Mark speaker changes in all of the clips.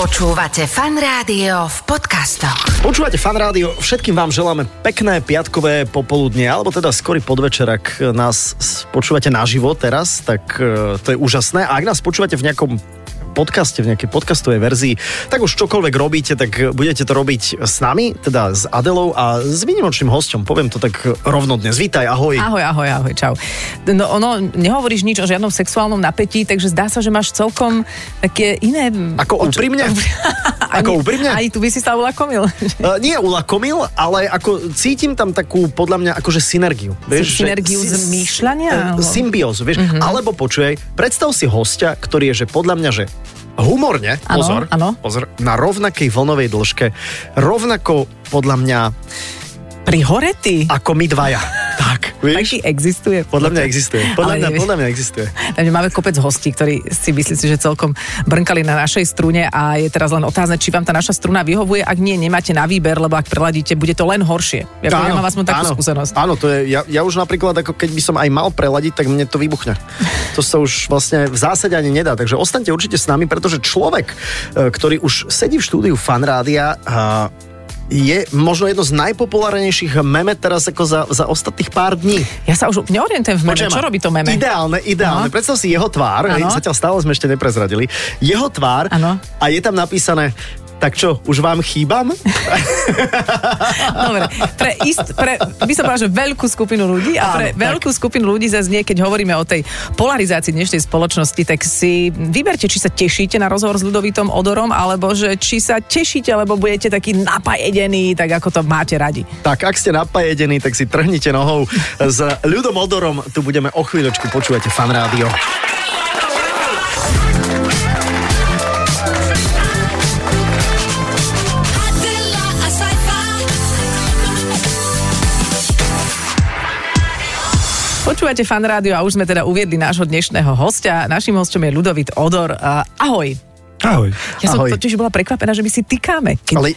Speaker 1: Počúvate fan rádio v podcastoch.
Speaker 2: Počúvate fan rádio, všetkým vám želáme pekné piatkové popoludne, alebo teda skorý podvečer, ak nás s- počúvate naživo teraz, tak e, to je úžasné. A ak nás počúvate v nejakom podcaste, v nejakej podcastovej verzii, tak už čokoľvek robíte, tak e, budete to robiť s nami, teda s Adelou a s výnimočným hosťom. Poviem to tak rovno dnes. Vítaj, ahoj.
Speaker 3: Ahoj, ahoj, ahoj, čau. No ono, nehovoríš nič o žiadnom sexuálnom napätí, takže zdá sa, že máš celkom také iné...
Speaker 2: Ako úprimne? Ako úprimne?
Speaker 3: Aj tu by si sa ulakomil.
Speaker 2: Uh, nie ulakomil, ale ako cítim tam takú, podľa mňa, akože synergiu.
Speaker 3: Sy- synergiu zmýšľania,
Speaker 2: Uh,
Speaker 3: alebo? Mhm.
Speaker 2: symbiózu, vieš. Uh-huh. Alebo počuj, predstav si hostia, ktorý je, že podľa mňa, že humorne,
Speaker 3: Áno,
Speaker 2: pozor,
Speaker 3: áno.
Speaker 2: pozor, na rovnakej vlnovej dĺžke, rovnako podľa mňa,
Speaker 3: Pri hore ty?
Speaker 2: ako my dvaja. tak, vieš?
Speaker 3: Taký existuje.
Speaker 2: Podľa mňa existuje. Podľa
Speaker 3: Ale
Speaker 2: mňa,
Speaker 3: nevieš.
Speaker 2: podľa mňa existuje.
Speaker 3: Takže máme kopec hostí, ktorí si myslíte, že celkom brnkali na našej strune a je teraz len otázne, či vám tá naša struna vyhovuje. Ak nie, nemáte na výber, lebo ak preladíte, bude to len horšie. Ja, ja mám aspoň takú
Speaker 2: áno,
Speaker 3: skúsenosť.
Speaker 2: Áno, to je, ja, ja už napríklad, ako keď by som aj mal preladiť, tak mne to vybuchne. To sa už vlastne v zásade ani nedá. Takže ostaňte určite s nami, pretože človek, e, ktorý už sedí v štúdiu fanrádia, a je možno jedno z najpopulárnejších meme teraz ako za, za ostatných pár dní.
Speaker 3: Ja sa už neorientujem v meme.
Speaker 2: Počujem
Speaker 3: Čo
Speaker 2: ma.
Speaker 3: robí to meme?
Speaker 2: Ideálne, ideálne.
Speaker 3: No.
Speaker 2: Predstav si jeho tvár, hej,
Speaker 3: Áno.
Speaker 2: zatiaľ stále sme ešte neprezradili. Jeho tvár
Speaker 3: Áno.
Speaker 2: a je tam napísané, tak čo, už vám chýbam?
Speaker 3: Dobre, pre, ist, pre by som povedala, že veľkú skupinu ľudí a
Speaker 2: Áno,
Speaker 3: pre
Speaker 2: tak.
Speaker 3: veľkú skupinu ľudí zase nie, keď hovoríme o tej polarizácii dnešnej spoločnosti, tak si vyberte, či sa tešíte na rozhovor s ľudovitom odorom, alebo že či sa tešíte, lebo budete taký napajedení, tak ako to máte radi.
Speaker 2: Tak ak ste napajedení, tak si trhnite nohou s ľudom odorom. Tu budeme o chvíľočku, počúvate fan rádio.
Speaker 4: Adela, a Saifa.
Speaker 3: Počúvate fan rádio a už sme teda uviedli nášho dnešného hostia. Našim hostom je ľudovit odor. Uh, ahoj.
Speaker 5: Ahoj.
Speaker 3: Ja som
Speaker 2: Ahoj.
Speaker 3: totiž bola prekvapená, že my si tykáme. Keď...
Speaker 2: Ale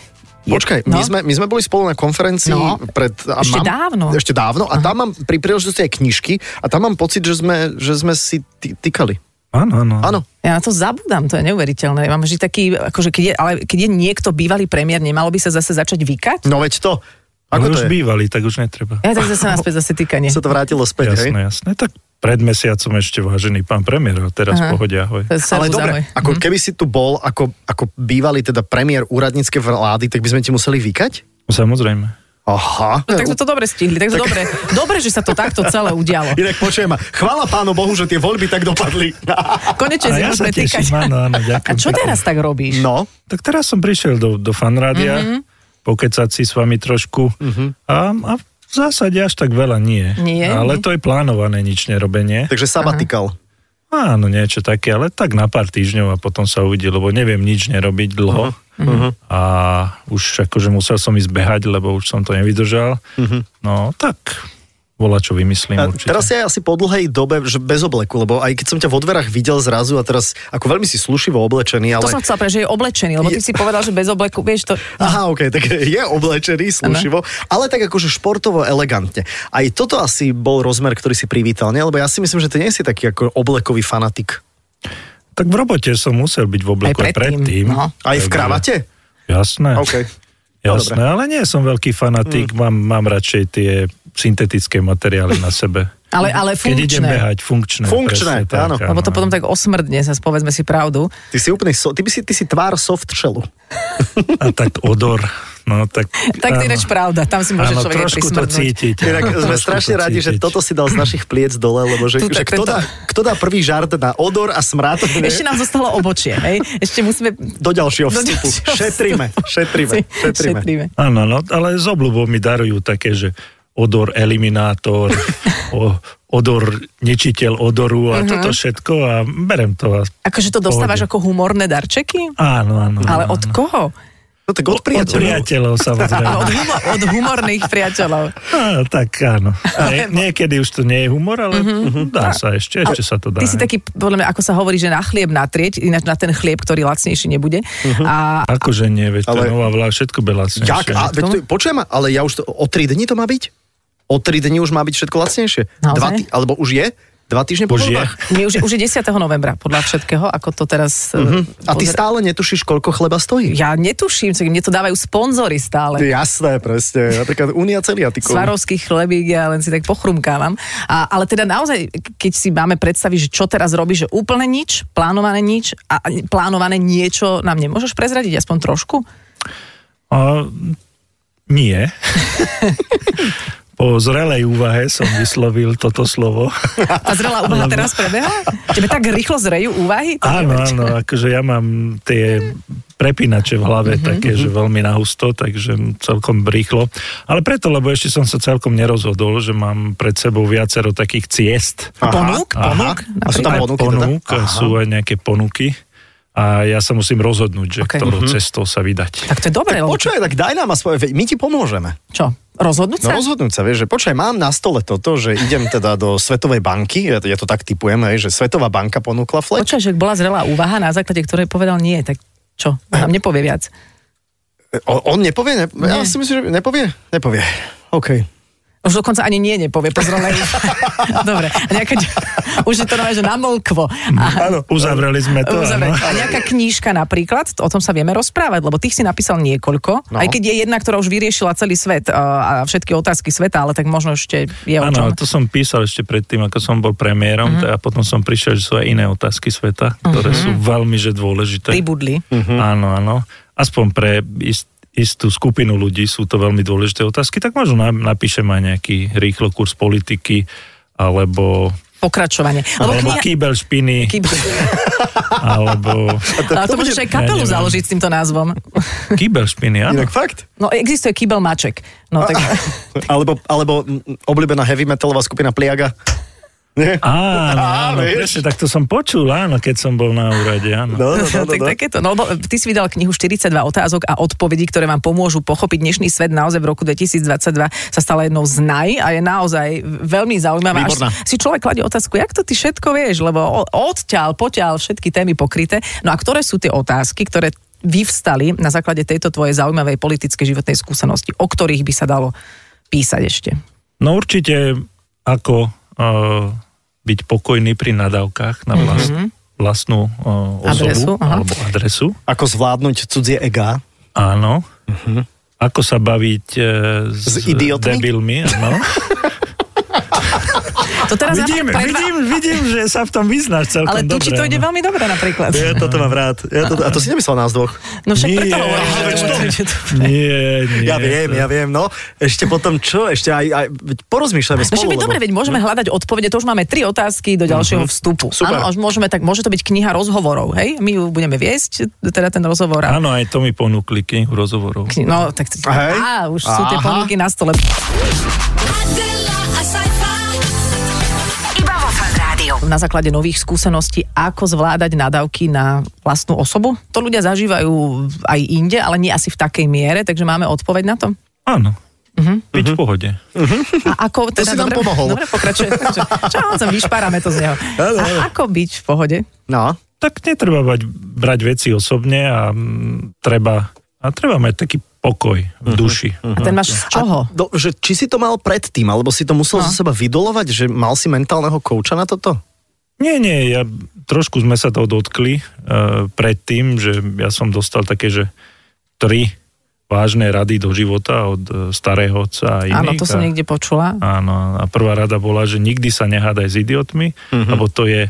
Speaker 2: počkaj, my,
Speaker 3: No.
Speaker 2: sme, my sme boli spolu na konferencii
Speaker 3: No.
Speaker 2: pred... A
Speaker 3: Ešte
Speaker 2: mám,
Speaker 3: dávno.
Speaker 2: Ešte dávno a tam mám pri príležitosti aj knižky a tam mám pocit, že sme, že sme si ty- tykali.
Speaker 5: Áno, áno.
Speaker 2: Áno.
Speaker 3: Ja na to zabudám, to je neuveriteľné. Mám vždy taký, akože keď je, ale keď je niekto bývalý premiér, nemalo by sa zase začať vykať?
Speaker 2: No veď to.
Speaker 5: Ako
Speaker 2: Ako to
Speaker 5: už
Speaker 2: je?
Speaker 5: bývali, tak už netreba.
Speaker 3: Ja tak zase naspäť zase týkanie.
Speaker 2: Sa to vrátilo späť, hej?
Speaker 5: Jasné, jasné. Tak pred mesiacom ešte vážený pán premiér, a teraz
Speaker 3: Aha.
Speaker 5: pohode ahoj.
Speaker 3: To je
Speaker 2: Ale
Speaker 3: servus,
Speaker 2: dobre,
Speaker 3: ahoj.
Speaker 2: ako
Speaker 5: Mhm.
Speaker 2: keby si tu bol ako, ako bývalý teda premiér úradníckej vlády, tak by sme ti museli vykať?
Speaker 5: No, Samozrejme.
Speaker 2: Aha.
Speaker 3: No, tak sme to dobre stihli, tak, to dobre, dobre, že sa to takto celé udialo.
Speaker 2: Inak počujem ma. Chvála pánu Bohu, že tie voľby tak dopadli.
Speaker 3: Konečne
Speaker 5: A
Speaker 3: si
Speaker 5: ja sa
Speaker 3: môžeme týkať.
Speaker 5: teším, áno, áno,
Speaker 3: A
Speaker 5: ďakujem.
Speaker 3: čo teraz tak robíš?
Speaker 2: No.
Speaker 5: Tak teraz som prišiel do, do fanrádia,
Speaker 3: Mhm.
Speaker 5: mm-hmm. pokecať si s vami trošku a, a v zásade až tak veľa nie.
Speaker 3: Nie,
Speaker 5: ale
Speaker 3: nie.
Speaker 5: to je plánované nič nerobenie.
Speaker 2: Takže sabatikal.
Speaker 5: Áno, niečo také, ale tak na pár týždňov a potom sa uvidí, lebo neviem nič nerobiť dlho.
Speaker 2: Mhm,
Speaker 5: Uh-huh. A už akože musel som ísť behať, lebo už som to nevydržal. Uh-huh. No tak, bola čo vymyslím
Speaker 2: Mhm. A
Speaker 5: určite.
Speaker 2: Teraz si aj asi po dlhej dobe že bez obleku, lebo aj keď som ťa vo dverách videl zrazu a teraz ako veľmi si slušivo oblečený, ale...
Speaker 3: To som chcela pre, že je oblečený, lebo ty si povedal, že bez obleku, vieš to...
Speaker 2: Aha, ok, tak je oblečený slušivo, ale tak akože športovo elegantne. Aj toto asi bol rozmer, ktorý si privítal, nie? Lebo ja si myslím, že ty nie si taký ako oblekový fanatik.
Speaker 5: Tak v robote som musel byť v obleku
Speaker 3: Aj
Speaker 5: aj
Speaker 3: predtým,
Speaker 5: predtým.
Speaker 3: no.
Speaker 2: Aj v
Speaker 5: Takže-
Speaker 2: kravate?
Speaker 5: Jasné.
Speaker 2: OK. no Mm.
Speaker 5: Jasné, ale nie som veľký fanatik, mám, mám radšej tie syntetické materiály na sebe.
Speaker 3: Ale, ale
Speaker 5: Keď
Speaker 3: funkčné.
Speaker 5: idem behať, funkčné.
Speaker 2: Funkčné,
Speaker 5: presne tak,
Speaker 2: áno.
Speaker 3: Lebo to potom tak osmrdne, sa povedzme si pravdu.
Speaker 2: Ty si úplný, so, ty, by si, ty si tvár soft shellu.
Speaker 5: A tak odor. No, tak,
Speaker 3: Tak to je
Speaker 5: áno.
Speaker 3: ináč pravda, tam si môže
Speaker 5: Áno,
Speaker 3: človek aj
Speaker 5: trošku to
Speaker 3: prismrdnúť.
Speaker 5: cítiť.
Speaker 2: Inak
Speaker 5: Áno,
Speaker 2: sme
Speaker 5: trošku
Speaker 2: strašne
Speaker 5: to
Speaker 2: radi, že
Speaker 5: cítiť.
Speaker 2: toto si dal z našich pliec dole, lebo že,
Speaker 3: Tu,
Speaker 2: že
Speaker 3: tak
Speaker 2: kto,
Speaker 3: tento-
Speaker 2: dá, kto dá prvý žart na odor a smrad? nie?
Speaker 3: Ešte nám zostalo obočie, hej? Ešte musíme...
Speaker 2: Do ďalšieho
Speaker 3: Do
Speaker 2: vstupu.
Speaker 3: ďalšieho
Speaker 2: Šetríme, šetríme, šetríme.
Speaker 3: Šetríme.
Speaker 5: Áno, no, ale s obľubou mi darujú také, že odor eliminátor, o, odor nečiteľ odoru
Speaker 3: Mhm.
Speaker 5: a toto všetko a berem to. A...
Speaker 3: Akože to dostávaš ako humorné darčeky?
Speaker 5: Áno, áno.
Speaker 3: Ale
Speaker 5: áno,
Speaker 3: od
Speaker 5: áno.
Speaker 3: koho?
Speaker 2: No tak od
Speaker 5: Od
Speaker 2: priateľov.
Speaker 5: priateľov samozrejme.
Speaker 3: Od, humo- od humorných priateľov.
Speaker 5: Á, tak áno. Nie, niekedy už to nie je humor, ale dá sa ešte, ešte sa to
Speaker 3: Mhm.
Speaker 5: dá.
Speaker 3: Ty si
Speaker 5: hej.
Speaker 3: taký, podľa mňa, ako sa hovorí, že na chlieb natrieť, ináč na ten chlieb, ktorý lacnejší nebude. A
Speaker 5: Akože nie, veď
Speaker 2: Ale-
Speaker 5: ale... to je nová vláda, všetko bela
Speaker 2: Jak? A, veď to, počujem, ale ja už to, o 3 dní to má byť? O 3 dní už má byť všetko lacnejšie.
Speaker 3: Naozaj?
Speaker 2: Dva tý, alebo už je? Dva týždne po
Speaker 5: Už je.
Speaker 2: voľbách.
Speaker 3: My už, už je 10. novembra, podľa všetkého, ako to teraz...
Speaker 2: Hm?
Speaker 3: Uh-huh.
Speaker 2: A ty stále netušíš, koľko chleba stojí?
Speaker 3: Ja netuším, tak mne to dávajú sponzory stále.
Speaker 2: Jasné, presne. Napríklad Unia celiatikov.
Speaker 3: Svarovský chlebík, ja len si tak pochrumkávam. A, ale teda naozaj, keď si máme predstaviť, že čo teraz robíš, že úplne nič, plánované nič a a plánované niečo nám nemôžeš prezradiť, aspoň trošku?
Speaker 5: A, nie. po zrelej úvahe som vyslovil toto slovo.
Speaker 3: A zrela úvaha teraz prebehla? Tebe tak rýchlo zrejú úvahy? To
Speaker 5: Áno,
Speaker 3: neviem,
Speaker 5: áno, akože ja mám tie prepínače v hlave mm-hmm. také, že veľmi nahusto, takže celkom rýchlo. Ale preto, lebo ešte som sa celkom nerozhodol, že mám pred sebou viacero takých ciest.
Speaker 3: Aha, ponúk,
Speaker 5: aha.
Speaker 3: ponúk,
Speaker 2: A sú tam
Speaker 5: Aj
Speaker 2: ponuky?
Speaker 5: ponúk
Speaker 2: teda? Aha.
Speaker 5: sú aj nejaké ponuky a ja sa musím rozhodnúť, že
Speaker 3: Ok.
Speaker 5: okay. ktorou
Speaker 2: Mhm.
Speaker 5: mm-hmm. cestou sa vydať.
Speaker 3: Tak to je dobré, lebo
Speaker 2: Počkaj, tak daj nám aspoň, veď my ti pomôžeme.
Speaker 3: čo? Rozhodnúť sa?
Speaker 2: No rozhodnúť sa, vieš, že počkaj, mám na stole toto, že idem teda do Svetovej banky, ja, ja to tak typujem, hej, že Svetová banka ponúkla fleč.
Speaker 3: Počkaj, že bola zrelá úvaha, na základe ktorej povedal nie, tak čo? On Nám nepovie viac.
Speaker 2: O, on nepovie? Ne, ja
Speaker 3: Nie.
Speaker 2: si myslím, že nepovie? Nepovie. OK.
Speaker 3: Už dokonca ani nie nepovie po zrelej úvahe. Dobre. A nejaká, už je to nové, že namolkvo. A,
Speaker 2: Áno.
Speaker 5: Uzavreli sme Mm, to.
Speaker 3: Uzavrieť.
Speaker 5: áno.
Speaker 3: A nejaká knížka napríklad, o tom sa vieme rozprávať, lebo tých si napísal
Speaker 2: No.
Speaker 3: niekoľko, no. aj keď je jedna, ktorá už vyriešila celý svet e, a všetky otázky sveta, ale tak možno ešte je o čom. Mhm.
Speaker 5: Áno, to som písal ešte predtým, ako som bol premiérom mm-hmm. a potom som prišiel, že sú aj iné otázky sveta, ktoré mm-hmm. sú veľmi že dôležité.
Speaker 3: Pribudli.
Speaker 2: Mhm.
Speaker 5: Mm-hmm. Áno, áno. Aspoň pre ist, istú skupinu ľudí sú to veľmi dôležité otázky, tak možno na- napíšem aj nejaký rýchlo kurz politiky, alebo,
Speaker 3: Pokračovanie. Lebo
Speaker 5: alebo
Speaker 3: kniha...
Speaker 5: kýbel špiny,
Speaker 3: Kýbel.
Speaker 5: alebo
Speaker 3: Ale to
Speaker 2: to
Speaker 3: môžeš
Speaker 2: bude-
Speaker 3: aj kapelu
Speaker 5: Ja neviem.
Speaker 3: založiť s týmto názvom.
Speaker 5: kýbel špiny, áno.
Speaker 2: Inak fakt?
Speaker 3: No existuje kýbel maček. No tak...
Speaker 2: Alebo, alebo mm, obľúbená heavy metalová skupina Pliaga. Nie?
Speaker 5: Áno, áno,
Speaker 2: vieš.
Speaker 5: presne, tak to som počul, áno, keď som bol na úrade, áno.
Speaker 2: No, no, no, no,
Speaker 3: tak
Speaker 2: no.
Speaker 3: takéto. No, lebo ty si vydal knihu 42 otázok a odpovedí, ktoré vám pomôžu pochopiť dnešný svet. Naozaj v roku 2022 sa stala jednou z naj a je naozaj veľmi zaujímavá. Až
Speaker 2: Výborná.
Speaker 3: si človek kladie otázku, jak to ty všetko vieš, lebo o- odťaľ, poťaľ, všetky témy pokryté. No a ktoré sú tie otázky, ktoré vyvstali na základe tejto tvojej zaujímavej politickej životnej skúsenosti, o ktorých by sa dalo písať ešte.
Speaker 5: No určite ako uh, byť pokojný pri nadávkach na vlast, mm-hmm. vlastnú uh,
Speaker 3: Mhm. Adresu,
Speaker 5: osobu
Speaker 3: aha.
Speaker 5: alebo adresu.
Speaker 2: Ako zvládnuť cudzie ega.
Speaker 5: Áno. Ako sa baviť uh,
Speaker 2: Mhm. S
Speaker 5: s,
Speaker 2: idiotmi?
Speaker 5: debilmi, áno.
Speaker 3: To teraz
Speaker 5: vidím,
Speaker 3: napríklad pre dva-
Speaker 5: vidím, vidím, že sa v tom vyznáš celkom
Speaker 3: ale tu
Speaker 5: dobre.
Speaker 3: ti to ide
Speaker 5: áno.
Speaker 3: veľmi dobre napríklad.
Speaker 2: Ja toto mám rád. Ja to, a to si nemyslel nás dvoch.
Speaker 3: No však preto
Speaker 5: Nie,
Speaker 3: hovorím, že-
Speaker 5: veď to-
Speaker 3: že to-
Speaker 5: Nie, nie.
Speaker 2: Ja viem, ja viem, no. Ešte potom čo? Ešte aj, aj veď porozmýšľajme
Speaker 3: No
Speaker 2: spolu.
Speaker 3: že by
Speaker 2: lebo- Hm? Mhm.
Speaker 3: dobre, veď môžeme hľadať odpovede, to už máme tri otázky do ďalšieho vstupu.
Speaker 2: Super.
Speaker 3: Áno, až môžeme, tak môže to byť kniha rozhovorov, hej? My ju budeme viesť, teda ten rozhovor. a-
Speaker 5: Áno, aj to mi ponúkli knihu rozhovorov.
Speaker 3: Kni- No, tak
Speaker 2: Hej.
Speaker 3: á, už sú tie
Speaker 2: Aha.
Speaker 3: ponuky na stole.
Speaker 4: Adela, a sci-fi.
Speaker 1: Iba vo Fan Rádiu.
Speaker 3: Na základe nových skúseností, ako zvládať nadávky na vlastnú osobu. To ľudia zažívajú aj inde, ale nie asi v takej miere, takže máme odpoveď na to.
Speaker 5: Áno.
Speaker 3: Mhm.
Speaker 5: Byť
Speaker 2: Mhm.
Speaker 5: v pohode.
Speaker 3: A ako,
Speaker 2: To
Speaker 3: teda,
Speaker 2: si nám
Speaker 3: dobre,
Speaker 2: pomohol.
Speaker 3: Dobre, pokračuje. Čo, čo on sem, vyšpárame to z neho.
Speaker 2: Áno, áno.
Speaker 3: A ako byť v pohode?
Speaker 2: No.
Speaker 5: tak netreba bať, brať veci osobne a mm, treba, a treba mať taký pokoj v
Speaker 2: Mhm.
Speaker 5: duši.
Speaker 3: A ten máš z
Speaker 2: A,
Speaker 3: čoho?
Speaker 2: do, No, že, či si to mal predtým, alebo si to musel no.
Speaker 3: No.
Speaker 2: zo seba vydolovať, že mal si mentálneho kouča na toto?
Speaker 5: Nie, nie, ja trošku sme sa toho dotkli uh, predtým, že ja som dostal také, že tri vážne rady do života od e, starého otca a iných.
Speaker 3: Áno, to som
Speaker 5: a-
Speaker 3: niekde počula.
Speaker 5: Áno, a prvá rada bola, že nikdy sa nehádaj s idiotmi,
Speaker 2: Mhm.
Speaker 5: mm-hmm. lebo to je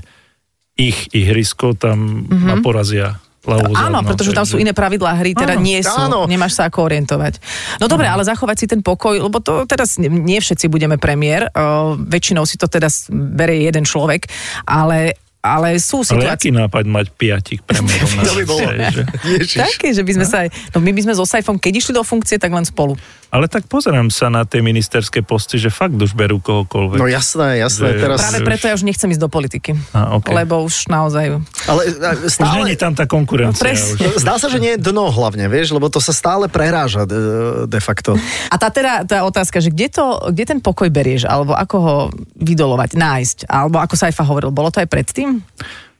Speaker 5: ich ihrisko, tam mm-hmm. ma porazia. ľavou
Speaker 3: Mhm. Áno,
Speaker 5: zadnou,
Speaker 3: pretože tam sú
Speaker 5: takže-
Speaker 3: iné pravidlá hry, teda
Speaker 5: Áno,
Speaker 3: áno, nie sú.
Speaker 2: áno.
Speaker 3: Áno. Nemáš sa ako orientovať. No dobre, ale zachovať si ten pokoj, lebo to teraz ne- nie všetci budeme premiér, uh, väčšinou si to teda s- berie jeden človek, ale, ale sú
Speaker 5: Ale aký
Speaker 3: situácie...
Speaker 5: nápad mať piatich premiérov? na
Speaker 2: To by bolo.
Speaker 5: svete, že-
Speaker 2: Ježiš.
Speaker 3: Také, že by sme sa aj, no my by sme so Saifom, keď išli do funkcie, tak len spolu.
Speaker 5: Ale tak pozerám sa na tie ministerské posty, že fakt už berú kohokoľvek.
Speaker 2: No jasné, jasné,
Speaker 5: Že-
Speaker 2: teraz...
Speaker 3: Práve
Speaker 5: už-
Speaker 3: preto ja už nechcem ísť do politiky.
Speaker 5: A, ok.
Speaker 3: Lebo už naozaj...
Speaker 2: Ale a,
Speaker 5: už
Speaker 2: stále...
Speaker 5: není tam tá konkurencia.
Speaker 3: No, presne.
Speaker 5: už.
Speaker 2: Zdá sa, že nie je dno hlavne, vieš, lebo to sa stále preráža de, de facto.
Speaker 3: A tá teda tá otázka, že kde, to, kde ten pokoj berieš, alebo ako ho vydolovať, nájsť, alebo ako Saifa hovoril, bolo to aj predtým?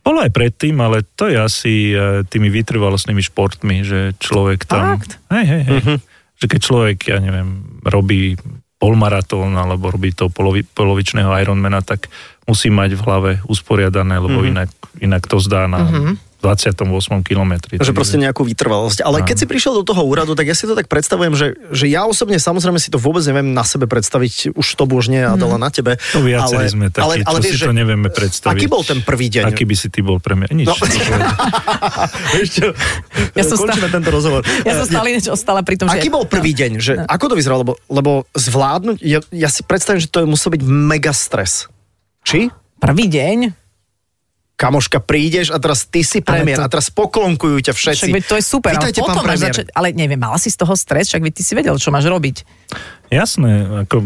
Speaker 5: Bolo aj predtým, ale to je asi e, tými vytrvalostnými športmi, že človek tam...
Speaker 3: Fakt?
Speaker 5: Hej, hej, hej.
Speaker 2: Mhm.
Speaker 5: Že keď človek, ja neviem, robí polmaratón alebo robí to polovi, polovičného Ironmana, tak musí mať v hlave usporiadané, lebo
Speaker 2: Mhm.
Speaker 5: mm-hmm. inak, inak to zdá na mm-hmm. 28. kilometri.
Speaker 2: Že
Speaker 5: Takže-
Speaker 2: proste nejakú vytrvalosť. Ale keď si prišiel do toho úradu, tak ja si to tak predstavujem, že, že ja osobne samozrejme si to vôbec neviem na sebe predstaviť, už to už nie,
Speaker 3: Mhm.
Speaker 2: Adela, na tebe.
Speaker 5: No viacerí ale, sme takí, ale, ale čo vieš, si to nevieme predstaviť.
Speaker 2: Aký bol ten prvý deň?
Speaker 5: Aký by si ty bol premiér? Nič.
Speaker 2: No.
Speaker 5: No.
Speaker 2: Vieš čo?
Speaker 3: Ja som
Speaker 2: Končíme
Speaker 3: stále-
Speaker 2: tento rozhovor.
Speaker 3: Ja som stále niečo ostala pri tom, že... No.
Speaker 2: Aký bol prvý deň? Že, Ako to vyzeralo? Lebo, lebo zvládnuť, ja, ja si predstavím, že to je musel byť mega stres. Či?
Speaker 3: Prvý deň?
Speaker 2: Kamoška, prídeš a teraz ty si
Speaker 3: Ale
Speaker 2: premiér a
Speaker 3: to-
Speaker 2: teraz poklonkujú ťa všetci.
Speaker 3: Však veď to je super.
Speaker 2: Vítajte,
Speaker 3: ale
Speaker 2: pán
Speaker 3: potom máš
Speaker 2: premiér.
Speaker 3: začať, ale neviem, mala si z toho stres, však veď ty si vedel, čo máš robiť.
Speaker 5: Jasné, ako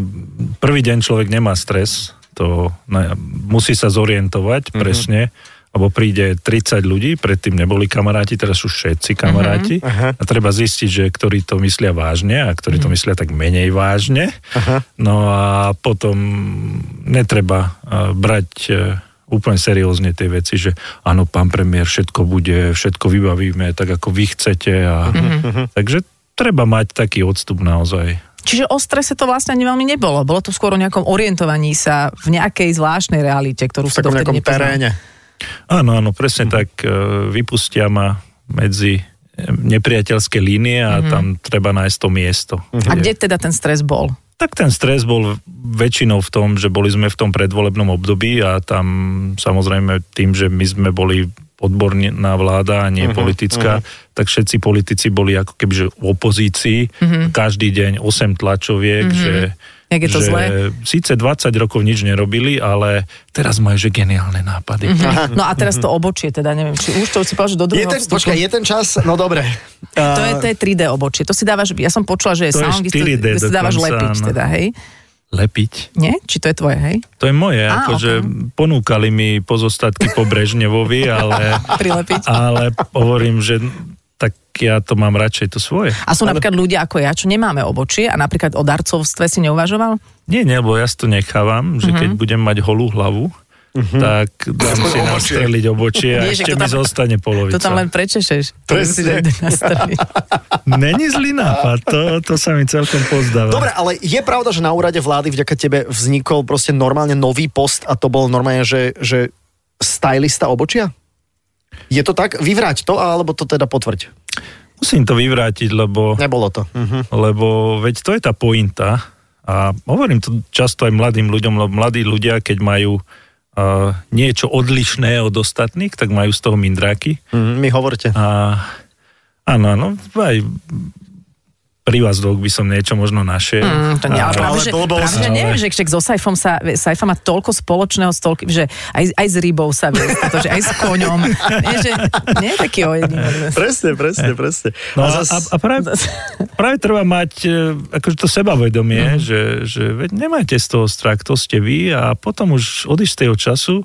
Speaker 5: prvý deň človek nemá stres, to ne, musí sa zorientovať mm-hmm. presne, lebo príde 30 ľudí, predtým neboli kamaráti, teraz sú všetci kamaráti mm-hmm. a treba zistiť, že ktorí to myslia vážne a ktorí to myslia tak menej vážne. Aha. No a potom netreba uh, brať uh, úplne seriózne tie veci, že áno, pán premiér, všetko bude, všetko vybavíme tak, ako vy chcete. A... Mm-hmm. Takže treba mať taký odstup naozaj.
Speaker 3: Čiže o strese to vlastne ani veľmi nebolo. Bolo to skôr o nejakom orientovaní sa v nejakej zvláštnej realite, ktorú
Speaker 2: v
Speaker 3: si
Speaker 2: takom
Speaker 3: dovtedy
Speaker 2: nejakom
Speaker 3: nepoznal.
Speaker 2: teréne.
Speaker 5: Áno, áno,
Speaker 3: Mhm.
Speaker 5: presne tak. e, Vypustia ma medzi e, nepriateľské línie
Speaker 3: Mhm.
Speaker 5: a mm-hmm. tam treba nájsť to miesto.
Speaker 3: A kde teda ten stres bol?
Speaker 5: Tak ten stres bol väčšinou v tom, že boli sme v tom predvolebnom období a tam samozrejme tým, že my sme boli odborná vláda a
Speaker 3: Mhm,
Speaker 5: nie uh-huh, politická, uh-huh. tak všetci politici boli ako keby že v opozícii. Uh-huh. Každý deň 8 tlačoviek, uh-huh. že...
Speaker 3: Mhm. Jak je to
Speaker 5: že
Speaker 3: zlé?
Speaker 5: Síce 20 rokov nič nerobili, ale teraz majú že geniálne nápady. Uh-huh.
Speaker 3: No a teraz to obočie, teda neviem, či už to si povedal, že do
Speaker 2: Je
Speaker 3: druhého
Speaker 2: ten,
Speaker 3: vstupu.
Speaker 2: počkaj, je ten čas? No dobre. Eh,
Speaker 3: to, je, to je 3D obočie, to si dávaš, ja som počula, že je
Speaker 5: To je
Speaker 3: sound, kde si-
Speaker 5: 4D
Speaker 3: kde si dávaš
Speaker 5: dokonca,
Speaker 3: lepiť,
Speaker 2: no.
Speaker 5: áno.
Speaker 3: teda, hej?
Speaker 5: Lepiť.
Speaker 3: Nie? Či to je tvoje, hej?
Speaker 5: To je moje,
Speaker 3: Á,
Speaker 5: akože ponúkali mi pozostatky po Brežnevovi, ale,
Speaker 3: Prilepiť.
Speaker 5: ale hovorím, že tak ja to mám radšej to svoje.
Speaker 3: A sú napríklad ľudia ako ja, čo nemáme obočie a napríklad o darcovstve si neuvažoval?
Speaker 5: Nie, nie, lebo ja si to nechávam, že
Speaker 3: Mhm.
Speaker 5: keď budem mať holú hlavu, tak dám si nastreliť obočie a
Speaker 3: Vieš,
Speaker 5: ešte
Speaker 3: to
Speaker 5: mi
Speaker 3: tam-
Speaker 5: zostane polovica.
Speaker 3: To tam len prečešeš.
Speaker 2: Presne.
Speaker 3: Si dať na strany.
Speaker 5: Není zlý nápad, to, to sa mi celkom pozdáva.
Speaker 2: Dobre, ale je pravda, že na úrade vlády vďaka tebe vznikol proste normálne nový post a to bol normálne, že, že stylista obočia? Je to tak? Vyvrať to, alebo to teda potvrď.
Speaker 5: Musím to vyvrátiť, lebo
Speaker 2: Nebolo to. Mhm.
Speaker 5: lebo veď to je tá pointa a hovorím to často aj mladým ľuďom, lebo mladí ľudia, keď majú uh, niečo odlišné od ostatných, tak majú z toho mindráky.
Speaker 2: Mhm, mi hovorte.
Speaker 5: A áno, áno, aj pri vás dvoch by som niečo možno našiel.
Speaker 3: Mm, to nie, ale
Speaker 5: A-
Speaker 3: práve,
Speaker 2: Ale
Speaker 3: že,
Speaker 2: blbosť.
Speaker 3: práve, že
Speaker 5: Ale-
Speaker 3: neviem, že, že so Saifom sa, Saifa má toľko spoločného s toľkým, že aj, aj s rybou sa vie, pretože aj s koňom. nie, že, nie je taký ojedinelý.
Speaker 2: Presne, presne, presne.
Speaker 5: No a,
Speaker 2: zas-
Speaker 5: a, a práve, práve treba mať e, akože to sebavedomie, že, že veď nemajte z toho strach, to ste vy a potom už odísť z tého času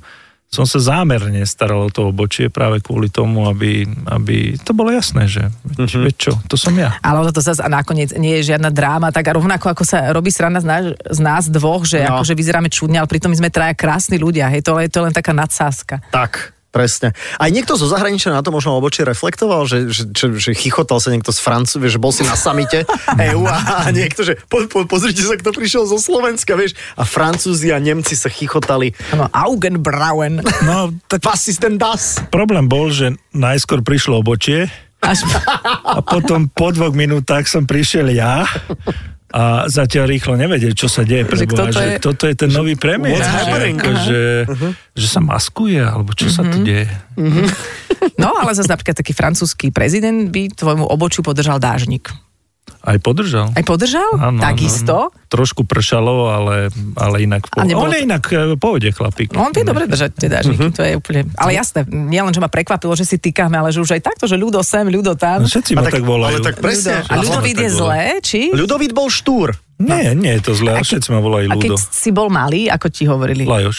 Speaker 5: som sa zámerne staral o to obočie práve kvôli tomu, aby, aby to bolo jasné, že veď, veď čo, to som ja.
Speaker 3: Ale ono to zase nakoniec nie je žiadna dráma, tak a rovnako ako sa robí sranda z nás, z nás dvoch, že
Speaker 2: No.
Speaker 3: no. akože vyzeráme čudne, ale pritom my sme traja krásni ľudia, hej, to je to je len taká nadsázka.
Speaker 2: Tak, presne. Aj niekto zo zahraničia na to možno obočie reflektoval, že, že, že, že chichotal sa niekto z Francúzia, že bol si na samite EU a, a niekto, že po, po, pozrite sa, kto prišiel zo Slovenska, vieš. A Francúzi a Nemci sa chichotali.
Speaker 3: Áno, Augenbrauen.
Speaker 5: No, tak
Speaker 2: Was ist denn das?
Speaker 5: problém bol, že najskôr prišlo obočie
Speaker 3: Až,
Speaker 5: a potom po dvoch minútach som prišiel ja a zatiaľ rýchlo nevedel, čo sa deje pre
Speaker 3: Že kto
Speaker 5: Boha,
Speaker 3: to
Speaker 5: že
Speaker 3: je-
Speaker 5: toto je ten nový premiér,
Speaker 2: what's
Speaker 5: že,
Speaker 2: happening?
Speaker 5: ako, že,
Speaker 3: Mhm.
Speaker 5: že sa maskuje, alebo čo sa tu deje.
Speaker 3: no ale zase napríklad taký francúzsky prezident by tvojmu obočiu podržal dážnik.
Speaker 5: Aj podržal.
Speaker 3: Aj podržal? Takisto?
Speaker 5: Trošku pršalo, ale, ale inak v
Speaker 3: A
Speaker 5: pohode.
Speaker 3: nebolo
Speaker 5: On je
Speaker 3: to-
Speaker 5: inak e, v pohode, chlapík.
Speaker 3: No on vie dobre držať tie
Speaker 5: Mhm.
Speaker 3: dážniky, to je úplne... Ale jasné, nie len, že ma prekvapilo, že si týkame, ale že už aj takto, že ľudo sem, ľudo
Speaker 5: No,
Speaker 3: tam.
Speaker 5: Všetci ma
Speaker 2: A tak-
Speaker 5: tak, volajú.
Speaker 2: ale tak pre- presne.
Speaker 3: Ľudo. A
Speaker 5: Áno,
Speaker 3: ľudovít
Speaker 5: tak
Speaker 3: je
Speaker 5: bolo.
Speaker 3: zlé, či?
Speaker 2: Ľudovít bol štúr.
Speaker 5: Nie, nie je to zle, ale všetci ma volajú
Speaker 3: A keď
Speaker 5: ľudo.
Speaker 3: si bol malý, ako ti hovorili?
Speaker 5: Lajoš.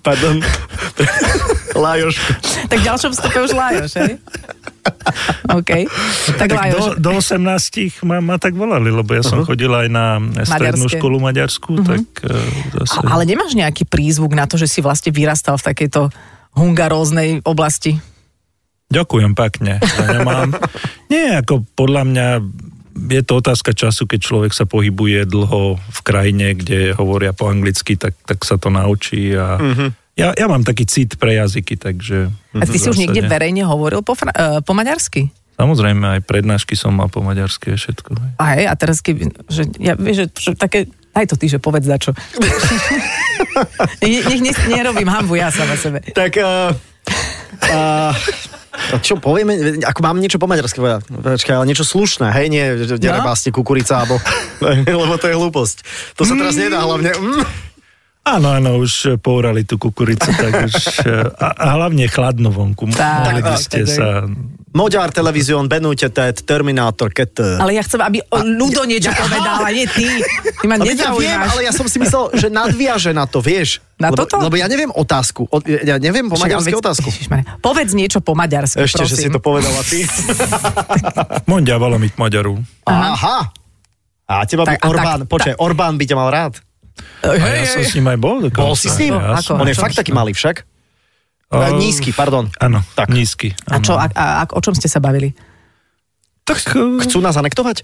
Speaker 2: Pardon. Lajoš.
Speaker 3: Tak v ďalšom stupe už Lajoš, hej? OK. Tak,
Speaker 5: Tak
Speaker 3: Lajoš.
Speaker 5: do, do 18 ma, ma tak volali, lebo ja som chodil aj na strednú
Speaker 3: Uh-huh. Maďarské. Uh-huh.
Speaker 5: školu maďarskú, tak e, zase...
Speaker 3: A, ale nemáš nejaký prízvuk na to, že si vlastne vyrastal v takejto hungaróznej oblasti?
Speaker 5: Ďakujem pekne, že nemám. Nie, ako podľa mňa je to otázka času, keď človek sa pohybuje dlho v krajine, kde hovoria po anglicky, tak, tak sa to naučí a mm-hmm. ja, ja mám taký cit pre jazyky, takže...
Speaker 3: A ty
Speaker 5: Mhm, v
Speaker 3: si už
Speaker 5: zásade-
Speaker 3: niekde verejne hovoril po, fra- eh, po maďarsky?
Speaker 5: Samozrejme, aj prednášky som mal po maďarsky a všetko. hej.
Speaker 3: A hej, a teraz keby, že ja vieš, že, že také, aj to ty, že povedz za čo. Ne- Nech ne, nerobím hambu ja sama sebe.
Speaker 2: Tak... Uh, uh, čo povieme, ako mám niečo po maďarsky povedať, Počkaj, ale niečo slušné, hej, nie,
Speaker 5: No.
Speaker 2: že derebásne, kukurica, alebo, lebo to je hlúposť. To sa teraz nedá hlavne. Mm.
Speaker 5: Áno, áno, už eh, pourali tú kukuricu, tak už... e, A, a hlavne chladno vonku.
Speaker 3: Tak,
Speaker 5: Mohli by
Speaker 3: tak,
Speaker 5: ste
Speaker 3: tak.
Speaker 5: sa...
Speaker 2: Magyar televízion, Benúte, Ted, Terminátor, eh, Keter.
Speaker 3: Ale ja chcem, aby o- ľudo niečo povedal, a nie ty. Ty ma
Speaker 2: Ale ja viem, ale
Speaker 3: nezaujímáš.
Speaker 2: ja som si myslel, že nadviaže na to, vieš.
Speaker 3: Na
Speaker 2: lebo,
Speaker 3: toto?
Speaker 2: Lebo ja neviem otázku. O, ja neviem po maďarsky
Speaker 3: Však,
Speaker 2: otázku.
Speaker 3: Ježišmarja. Povedz niečo po maďarsky,
Speaker 2: Ešte, že si
Speaker 3: prosím.
Speaker 2: to povedala ty.
Speaker 5: Mondia valamit maďarul.
Speaker 2: Aha. A teba by
Speaker 3: Tak, a tak,
Speaker 2: Orbán, počkaj, Orbán by ťa mal rád.
Speaker 5: A ja som s ním aj bol. dokonca.
Speaker 2: Bol si s ním?
Speaker 5: Ja som-
Speaker 3: Ako?
Speaker 2: On je fakt taký malý však. E,
Speaker 5: A-
Speaker 2: Nízky, pardon.
Speaker 5: Áno,
Speaker 2: Tak.
Speaker 5: nízky.
Speaker 3: A čo, a, a, a, o čom ste sa bavili?
Speaker 5: Tak, e,
Speaker 2: Chcú nás anektovať?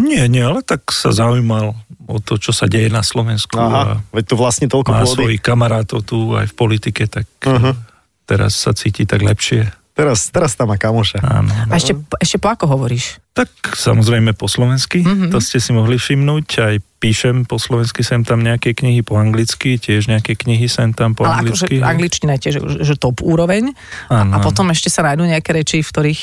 Speaker 5: nie, nie, ale tak sa zaujímal o to, čo sa deje na Slovensku.
Speaker 2: Aha,
Speaker 5: A
Speaker 2: veď tu vlastne toľko
Speaker 5: má
Speaker 2: pôdy.
Speaker 5: svojich kamarátov tu aj v politike, tak
Speaker 2: Mhm.
Speaker 5: uh-huh. teraz sa cíti tak lepšie.
Speaker 2: Teraz, teraz tam má kamoša.
Speaker 5: Áno.
Speaker 3: A ešte, ešte po ako hovoríš?
Speaker 5: Tak samozrejme po slovensky,
Speaker 3: Mhm.
Speaker 5: mm-hmm. to ste si mohli všimnúť, aj píšem po slovensky sem tam nejaké knihy, po anglicky, tiež nejaké knihy sem tam po
Speaker 3: ale
Speaker 5: anglicky.
Speaker 3: akože angličtina je tiež že, že top úroveň. A, a
Speaker 5: Áno, áno.
Speaker 3: potom ešte sa nájdú nejaké reči, v ktorých...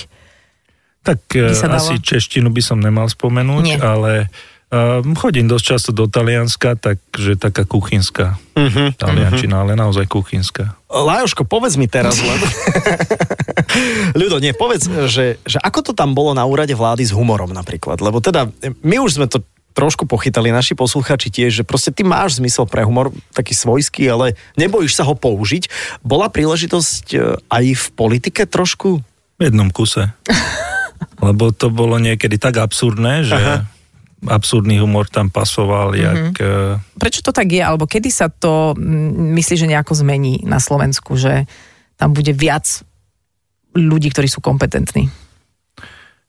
Speaker 5: Tak
Speaker 3: by
Speaker 5: e,
Speaker 3: sa dalo?
Speaker 5: asi češtinu by som nemal spomenúť,
Speaker 3: Nie.
Speaker 5: ale um, chodím dosť často do Talianska, takže taká kuchynská uh-huh, taliančina, uh-huh. ale naozaj kuchynská.
Speaker 2: Lajoško, povedz mi teraz len. Ľudo, nie, povedz, že, že ako to tam bolo na úrade vlády s humorom napríklad. Lebo teda my už sme to trošku pochytali, naši posluchači tiež, že proste ty máš zmysel pre humor, taký svojský, ale nebojíš sa ho použiť. Bola príležitosť e, aj v politike trošku?
Speaker 5: V jednom kuse. Lebo to bolo niekedy tak absurdné, že Aha. absurdný humor tam pasoval, uh-huh.
Speaker 3: Mhm.
Speaker 5: jak... e,
Speaker 3: Prečo to tak je? Alebo kedy sa to, mm, myslíš, že nejako zmení na Slovensku? Že tam bude viac ľudí, ktorí sú kompetentní.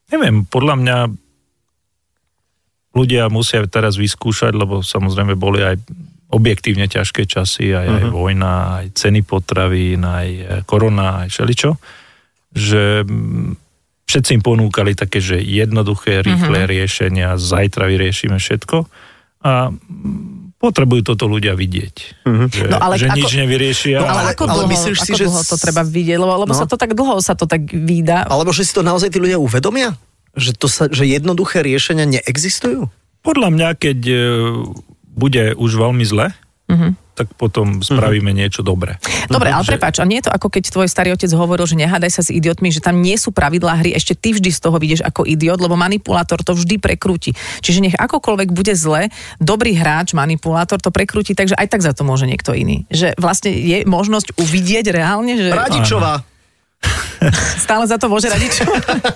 Speaker 5: Neviem, podľa mňa ľudia musia teraz vyskúšať, lebo samozrejme boli aj objektívne ťažké časy, aj,
Speaker 3: Mhm.
Speaker 5: aj vojna, aj ceny potravín, aj eh, korona, aj všeličo, že mm, všetci im ponúkali také, že
Speaker 3: Mhm.
Speaker 5: jednoduché, rýchle riešenia, zajtra vyriešime všetko a mm, potrebujú toto ľudia vidieť. Že,
Speaker 3: No, ale
Speaker 5: že
Speaker 3: ako-
Speaker 5: nič nevyriešia.
Speaker 2: No,
Speaker 3: Ale, ale
Speaker 2: ale-
Speaker 3: ako
Speaker 2: ale
Speaker 3: dlho,
Speaker 2: myslíš
Speaker 3: ako
Speaker 2: si, že
Speaker 3: dlho to
Speaker 2: s-
Speaker 3: treba vidieť? Lebo, lebo
Speaker 2: No.
Speaker 3: sa to tak dlho sa to tak vydá.
Speaker 2: Alebo že si to naozaj tí ľudia uvedomia? Že, to sa, že jednoduché riešenia neexistujú?
Speaker 5: Podľa mňa, keď e, bude už veľmi zle, uh-huh. tak potom spravíme uh-huh. niečo dobré.
Speaker 3: Mhm. Dobre,
Speaker 2: No,
Speaker 3: ale
Speaker 5: Že-
Speaker 3: prepáč, a nie je to ako keď tvoj starý otec hovoril, že nehádaj sa s idiotmi, že tam nie sú pravidlá hry, ešte ty vždy z toho vidieš ako idiot, lebo manipulátor to vždy prekrúti. Čiže nech akokoľvek bude zle, dobrý hráč, manipulátor to prekrúti, takže aj tak za to môže niekto iný. Že vlastne je možnosť uvidieť reálne, že
Speaker 2: Radičová.
Speaker 3: stále za to môže radič.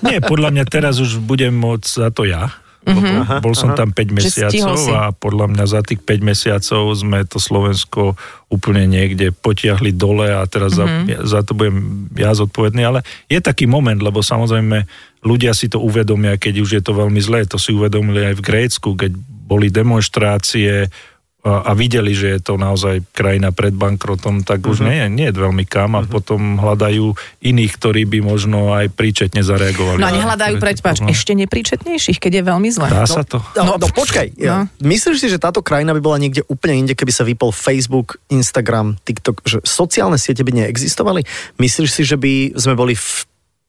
Speaker 5: Nie, podľa mňa teraz už budem môcť za to ja. Uh-huh. Bol som tam 5
Speaker 3: Mm-hmm. stihol
Speaker 5: mesiacov
Speaker 3: si.
Speaker 5: a podľa mňa za tých 5 mesiacov sme to Slovensko úplne niekde potiahli dole a
Speaker 3: Mhm.
Speaker 5: teraz uh-huh. za, za to budem ja zodpovedný, ale je taký moment, lebo samozrejme ľudia si to uvedomia, keď už je to veľmi zlé. To si uvedomili aj v Grécku, keď boli demonstrácie a, a videli, že je to naozaj krajina pred bankrotom, tak už nie, je- nie je veľmi kam a potom hľadajú iných, ktorí by možno aj príčetne zareagovali.
Speaker 3: No a
Speaker 5: na
Speaker 3: nehľadajú,
Speaker 5: niektoré tie
Speaker 3: prepáč,
Speaker 5: problémy.
Speaker 3: ešte nepríčetnejších, keď je veľmi zle.
Speaker 5: Dá sa to?
Speaker 2: No, no počkaj, ja. myslíš si, že táto krajina by bola niekde úplne inde, keby sa vypol Facebook, Instagram, TikTok, že sociálne siete by neexistovali? Myslíš si, že by sme boli v,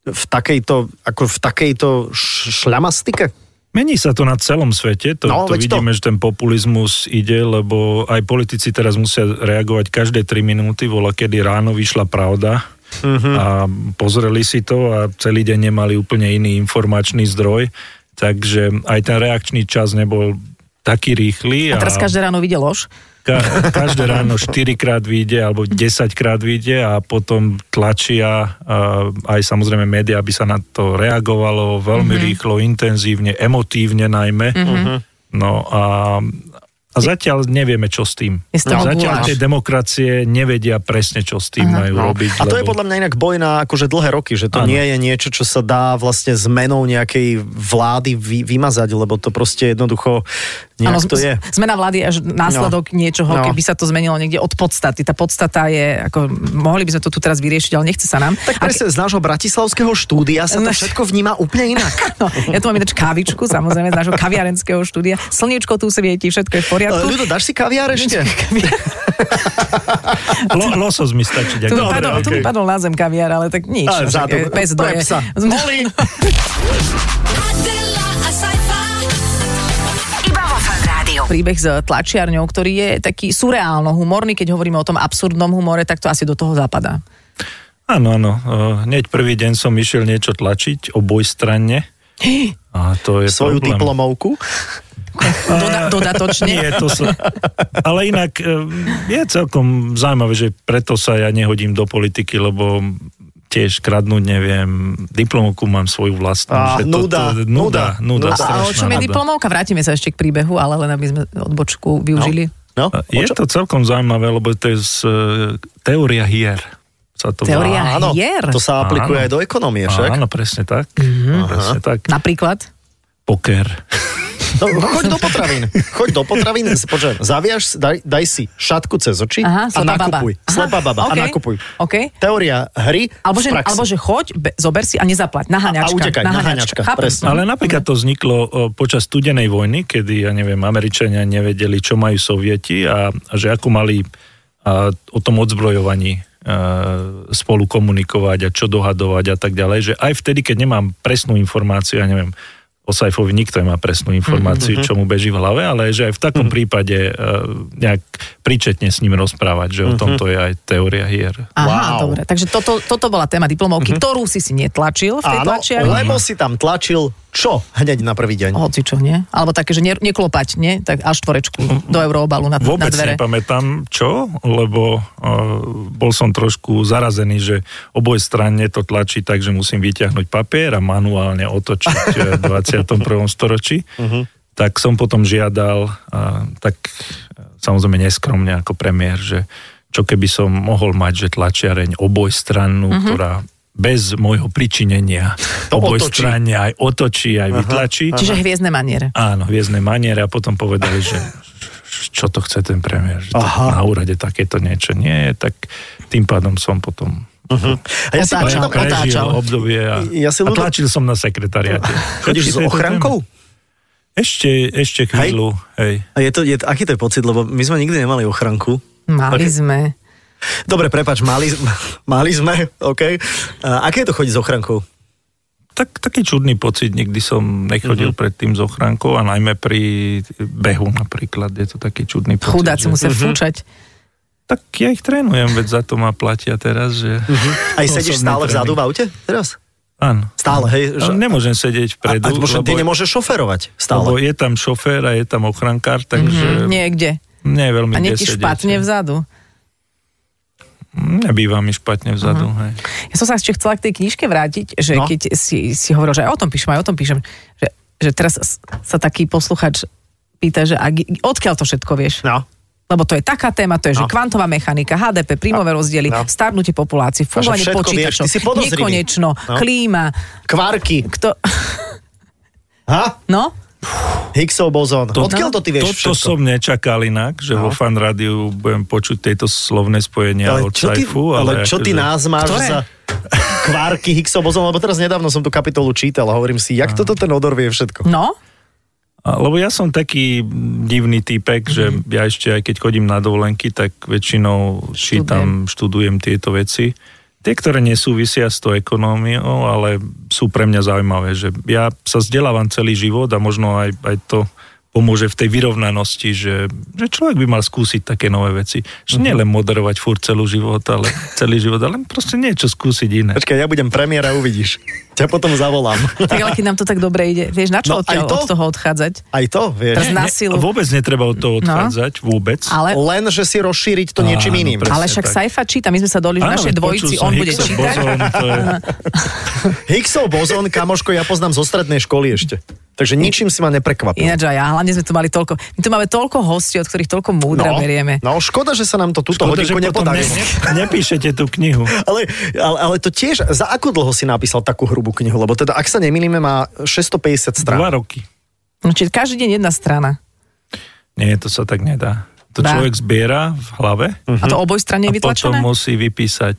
Speaker 2: v takejto, ako v takejto š- šľamastike?
Speaker 5: Mení sa to na celom svete, to,
Speaker 2: No,
Speaker 5: no, to
Speaker 2: veď to.
Speaker 5: vidíme, to. že ten populizmus ide, lebo aj politici teraz musia reagovať každé 3 minúty, vola kedy ráno vyšla pravda
Speaker 2: Mhm.
Speaker 5: uh-huh. a pozreli si to a celý deň nemali úplne iný informačný zdroj, takže aj ten reakčný čas nebol taký rýchly.
Speaker 3: A teraz každé ráno vidie lož.
Speaker 5: Ka- každé ráno 4 krát vyjde alebo 10 krát vyjde a potom tlačia uh, aj samozrejme médiá, aby sa na to reagovalo veľmi mm-hmm. rýchlo, intenzívne, emotívne najmä. Mm-hmm. No a, a A zatiaľ nevieme, čo s tým.
Speaker 3: Je z toho
Speaker 5: zatiaľ
Speaker 3: guláš.
Speaker 5: tie demokracie nevedia presne, čo s tým majú
Speaker 2: No.
Speaker 5: robiť.
Speaker 2: A to je podľa mňa inak boj na akože dlhé roky, že to
Speaker 5: Áno.
Speaker 2: nie je niečo, čo sa dá vlastne zmenou nejakej vlády vy, vymazať, lebo to proste jednoducho nejak
Speaker 3: Áno,
Speaker 2: to je.
Speaker 3: z- zmena vlády je až následok no. niečoho,
Speaker 2: No.
Speaker 3: no. keby sa to zmenilo niekde od podstaty. Tá podstata je, ako mohli by sme to tu teraz vyriešiť, ale nechce sa nám.
Speaker 2: Tak presne, z nášho bratislavského štúdia sa to
Speaker 3: Naš-
Speaker 2: všetko vníma úplne inak.
Speaker 3: No, ja tu mám ináč kávičku, samozrejme, z nášho kaviarenského štúdia. Slniečko tu svieti, všetko je v
Speaker 2: E,
Speaker 3: poriadku.
Speaker 2: Ľudo, dáš si kaviár ešte?
Speaker 5: Lo, losos mi stačí.
Speaker 3: Tu,
Speaker 5: ďakujem.
Speaker 3: Dobre, padol, tu mi
Speaker 5: okej.
Speaker 3: padol na zem kaviár, ale tak nič.
Speaker 2: Ale
Speaker 3: no, však,
Speaker 2: vzadu,
Speaker 3: e, pes
Speaker 2: pre
Speaker 3: doje.
Speaker 2: psa.
Speaker 4: Adela, a sci-fi.
Speaker 1: Iba vo fan rádiu.
Speaker 3: príbeh s tlačiarňou, ktorý je taký surreálno-humorný, keď hovoríme o tom absurdnom humore, tak to asi do toho zapadá.
Speaker 5: Áno, áno. e, Hneď prvý deň som išiel niečo tlačiť obojstranne. A to je
Speaker 2: Svoju
Speaker 5: problém.
Speaker 2: diplomovku.
Speaker 3: Doda-
Speaker 5: Nie,
Speaker 3: dodatočne.
Speaker 5: to sa... Ale inak e, je celkom zaujímavé, že preto sa ja nehodím do politiky, lebo tiež kradnúť neviem. Diplomovku mám svoju vlastnú.
Speaker 2: Á,
Speaker 3: Ah,
Speaker 5: že
Speaker 2: nuda,
Speaker 5: to, to, nuda,
Speaker 2: nuda,
Speaker 5: nuda,
Speaker 2: nuda.
Speaker 3: A o
Speaker 5: strašná
Speaker 3: čom je
Speaker 5: nuda.
Speaker 3: diplomovka? Vrátime sa ešte k príbehu, ale len aby sme odbočku využili.
Speaker 2: No,
Speaker 5: Je to celkom zaujímavé, lebo to je z, e, teória hier. Sa to volá.
Speaker 3: Teória
Speaker 2: Áno,
Speaker 3: hier.
Speaker 2: to sa aplikuje
Speaker 5: Áno.
Speaker 2: aj do ekonomie, však?
Speaker 5: Áno, presne tak.
Speaker 3: Mhm.
Speaker 5: Mm-hmm. Presne tak.
Speaker 3: Napríklad?
Speaker 5: Poker.
Speaker 2: No, choď do potravín. Choď do potravín, počujem, zaviaž, daj, daj si šatku cez oči a
Speaker 3: Aha, slepá baba.
Speaker 2: nakupuj.
Speaker 3: Aha,
Speaker 2: Slepá baba a
Speaker 3: okej,
Speaker 2: nakupuj.
Speaker 3: okej.
Speaker 2: Teória hry v
Speaker 3: Alebo že,
Speaker 2: praxi.
Speaker 3: alebo že choď, be, zober si a nezaplať. Na haňačka.
Speaker 2: utekaj, na haňačka,
Speaker 3: Chápem.
Speaker 2: presne.
Speaker 5: Ale napríklad to vzniklo o, počas studenej vojny, kedy, ja neviem, Američania nevedeli, čo majú Sovieti a, a že ako mali a, o tom odzbrojovaní a, spolu komunikovať a čo dohadovať a tak ďalej, že aj vtedy, keď nemám presnú informáciu, ja neviem, o Saifovi nikto nemá presnú informáciu, mm-hmm. čo mu beží v hlave, ale že aj v takom mm-hmm. prípade e, nejak príčetne s ním rozprávať, že mm-hmm. o tomto je aj teória hier.
Speaker 3: Aha,
Speaker 2: Wow. Mhm.
Speaker 3: dobre. Takže toto, toto bola téma diplomovky, ktorú si si netlačil v tej
Speaker 2: Áno,
Speaker 3: tlačiarni.
Speaker 2: lebo si tam tlačil čo hneď na prvý deň?
Speaker 3: Hoci čo, nie? Alebo také, že ne, neklopať, nie? Tak až tvorečku do euroobalu na, na
Speaker 5: Vôbec
Speaker 3: dvere.
Speaker 5: nepamätám čo, lebo uh, bol som trošku zarazený, že oboj stranne to tlačí tak, že musím vyťahnuť papier a manuálne otočiť eh, v 21. storočí.
Speaker 2: Mhm.
Speaker 5: Tak som potom žiadal, uh, tak eh, samozrejme neskromne ako premiér, že čo keby som mohol mať, že tlačiareň obojstrannú,
Speaker 3: Mhm.
Speaker 5: ktorá bez môjho pričinenia
Speaker 2: To otočí.
Speaker 5: obojstranne aj otočí, aj vytlačí.
Speaker 3: Čiže hviezdne maniere.
Speaker 5: Áno, hviezdne maniere a potom povedali, že čo to chce ten premiér, že to
Speaker 2: Aha.
Speaker 5: na úrade takéto niečo nie je, tak tým pádom som potom
Speaker 2: A ja si pamätám,
Speaker 3: Otáčal, otáčal.
Speaker 5: prežil obdobie a,
Speaker 2: Ja si
Speaker 5: a
Speaker 2: ľudo-
Speaker 5: tlačil som na sekretariate.
Speaker 2: Chodíš s
Speaker 5: Ešte tejto
Speaker 2: ochrankou?
Speaker 5: téme? Ešte, ešte chvíľu, hej.
Speaker 2: A je to, je, aký to je pocit, lebo my sme nikdy nemali ochranku.
Speaker 3: Mali sme.
Speaker 2: Dobre, prepač, mali, mali sme, OK. A aké je to chodiť s ochrankou?
Speaker 5: Tak, taký čudný pocit, nikdy som nechodil
Speaker 2: Mhm.
Speaker 5: predtým s ochránkou a najmä pri behu napríklad je to taký čudný pocit.
Speaker 3: Chudáci
Speaker 2: Mhm.
Speaker 5: že-
Speaker 3: musia fúčať.
Speaker 5: Tak ja ich trénujem, veď za to ma platia teraz, že...
Speaker 2: Aj Mhm. sedíš
Speaker 5: Osobný
Speaker 2: stále
Speaker 5: tréning.
Speaker 2: vzadu v aute teraz?
Speaker 5: Áno.
Speaker 2: Stále, hej? Že...
Speaker 5: Že... Nemôžem sedieť
Speaker 2: A,
Speaker 5: vpredu,
Speaker 2: a možno ty nemôžeš šoferovať
Speaker 5: Lebo
Speaker 2: stále.
Speaker 5: je tam šofér a je tam ochrankár,
Speaker 2: Mhm.
Speaker 5: takže mm-hmm.
Speaker 3: Niekde.
Speaker 5: mne je veľmi
Speaker 3: Mhm. A
Speaker 5: kde
Speaker 3: nie ti
Speaker 5: sedieť.
Speaker 3: špatne vzadu.
Speaker 5: Nebýva mi špatne vzadu.
Speaker 3: Mhm.
Speaker 5: Hej.
Speaker 3: Ja som sa ešte chcela k tej knižke vrátiť, že
Speaker 2: No.
Speaker 3: no. keď si, si hovoril, že aj o tom píšem, aj o tom píšem, že, že teraz s- sa taký posluchač pýta, že ak, odkiaľ to všetko vieš?
Speaker 2: No.
Speaker 3: Lebo to je taká téma, to je, že
Speaker 2: No.
Speaker 3: kvantová mechanika, HDP, príjmové rozdiely,
Speaker 2: No.
Speaker 3: starnutie populácie, fungovanie
Speaker 2: všetko
Speaker 3: počítačov,
Speaker 2: vieš, ty si podozrivý.
Speaker 3: nekonečno,
Speaker 2: No.
Speaker 3: klíma,
Speaker 2: Kvarky.
Speaker 3: kto...
Speaker 2: Ha?
Speaker 3: No?
Speaker 2: Higgsov bozón.
Speaker 5: To-
Speaker 2: Odkiaľ to ty vieš všetko?
Speaker 5: Toto som nečakal inak, že
Speaker 2: No.
Speaker 5: vo fan rádiu budem počuť tieto slovné spojenia
Speaker 2: Ale
Speaker 5: od
Speaker 2: čo ty,
Speaker 5: Saifu.
Speaker 2: ale čo ty
Speaker 5: akože-
Speaker 2: nás máš
Speaker 3: Ktoré?
Speaker 2: za kvárky Higgsov bozón? Lebo teraz nedávno som tú kapitolu čítal a hovorím si, jak toto ten odor vie všetko.
Speaker 3: No?
Speaker 5: A- Lebo ja som taký divný typek,
Speaker 3: Mhm.
Speaker 5: že ja ešte aj keď chodím na dovolenky, tak väčšinou čítam, študujem tieto veci. Tie, ktoré nesúvisia s tou ekonómiou, ale sú pre mňa zaujímavé, že ja sa vzdelávam celý život a možno aj, aj to pomôže v tej vyrovnanosti, že, že človek by mal skúsiť také nové veci.
Speaker 3: Mhm.
Speaker 5: Že nielen moderovať furt celý život, ale celý život, ale proste niečo skúsiť iné.
Speaker 2: Počkaj, ja budem premiéra, uvidíš. Ťa potom zavolám.
Speaker 3: Tak ale keď nám to tak dobre ide, vieš, na
Speaker 2: No,
Speaker 3: čo no,
Speaker 2: aj
Speaker 3: odtiaľ,
Speaker 2: to?
Speaker 3: od toho odchádzať?
Speaker 2: Aj to, vieš.
Speaker 3: Teraz na silu. No.
Speaker 5: Vôbec netreba od toho odchádzať, vôbec.
Speaker 3: Ale,
Speaker 2: Len, že si rozšíriť to niečím
Speaker 5: Áno,
Speaker 2: iným.
Speaker 5: no, presne.
Speaker 3: ale však
Speaker 5: tak.
Speaker 3: Saifa číta, my sme sa doli v našej
Speaker 5: veď
Speaker 3: dvojici,
Speaker 5: počul som
Speaker 3: on bude
Speaker 5: Higgsov
Speaker 3: čítať.
Speaker 5: bozón, to je-
Speaker 2: Higgsov bozón, kamoško, ja poznám zo strednej školy ešte. Takže ničím si ma neprekvapil.
Speaker 3: Ináč aj ja, hlavne sme tu mali toľko, my tu máme toľko hostí, od ktorých toľko múdra berieme.
Speaker 2: no, škoda, že sa nám to túto hodinku
Speaker 5: ne,
Speaker 2: nepodarilo.
Speaker 5: ne, nepíšete tú knihu.
Speaker 2: Ale, ale, ale to tiež, za ako dlho si napísal takú hrubú knihu? Lebo teda, ak sa nemýlime, má 650 strán.
Speaker 5: Dva roky.
Speaker 3: No, čiže každý deň jedna strana.
Speaker 5: Nie, to sa tak nedá. To
Speaker 3: Dá. Mhm.
Speaker 5: človek zbiera v hlave
Speaker 3: A
Speaker 2: Mhm.
Speaker 3: to oboj strane
Speaker 5: a
Speaker 3: je
Speaker 5: potom
Speaker 3: vytlačené?
Speaker 5: musí vypísať.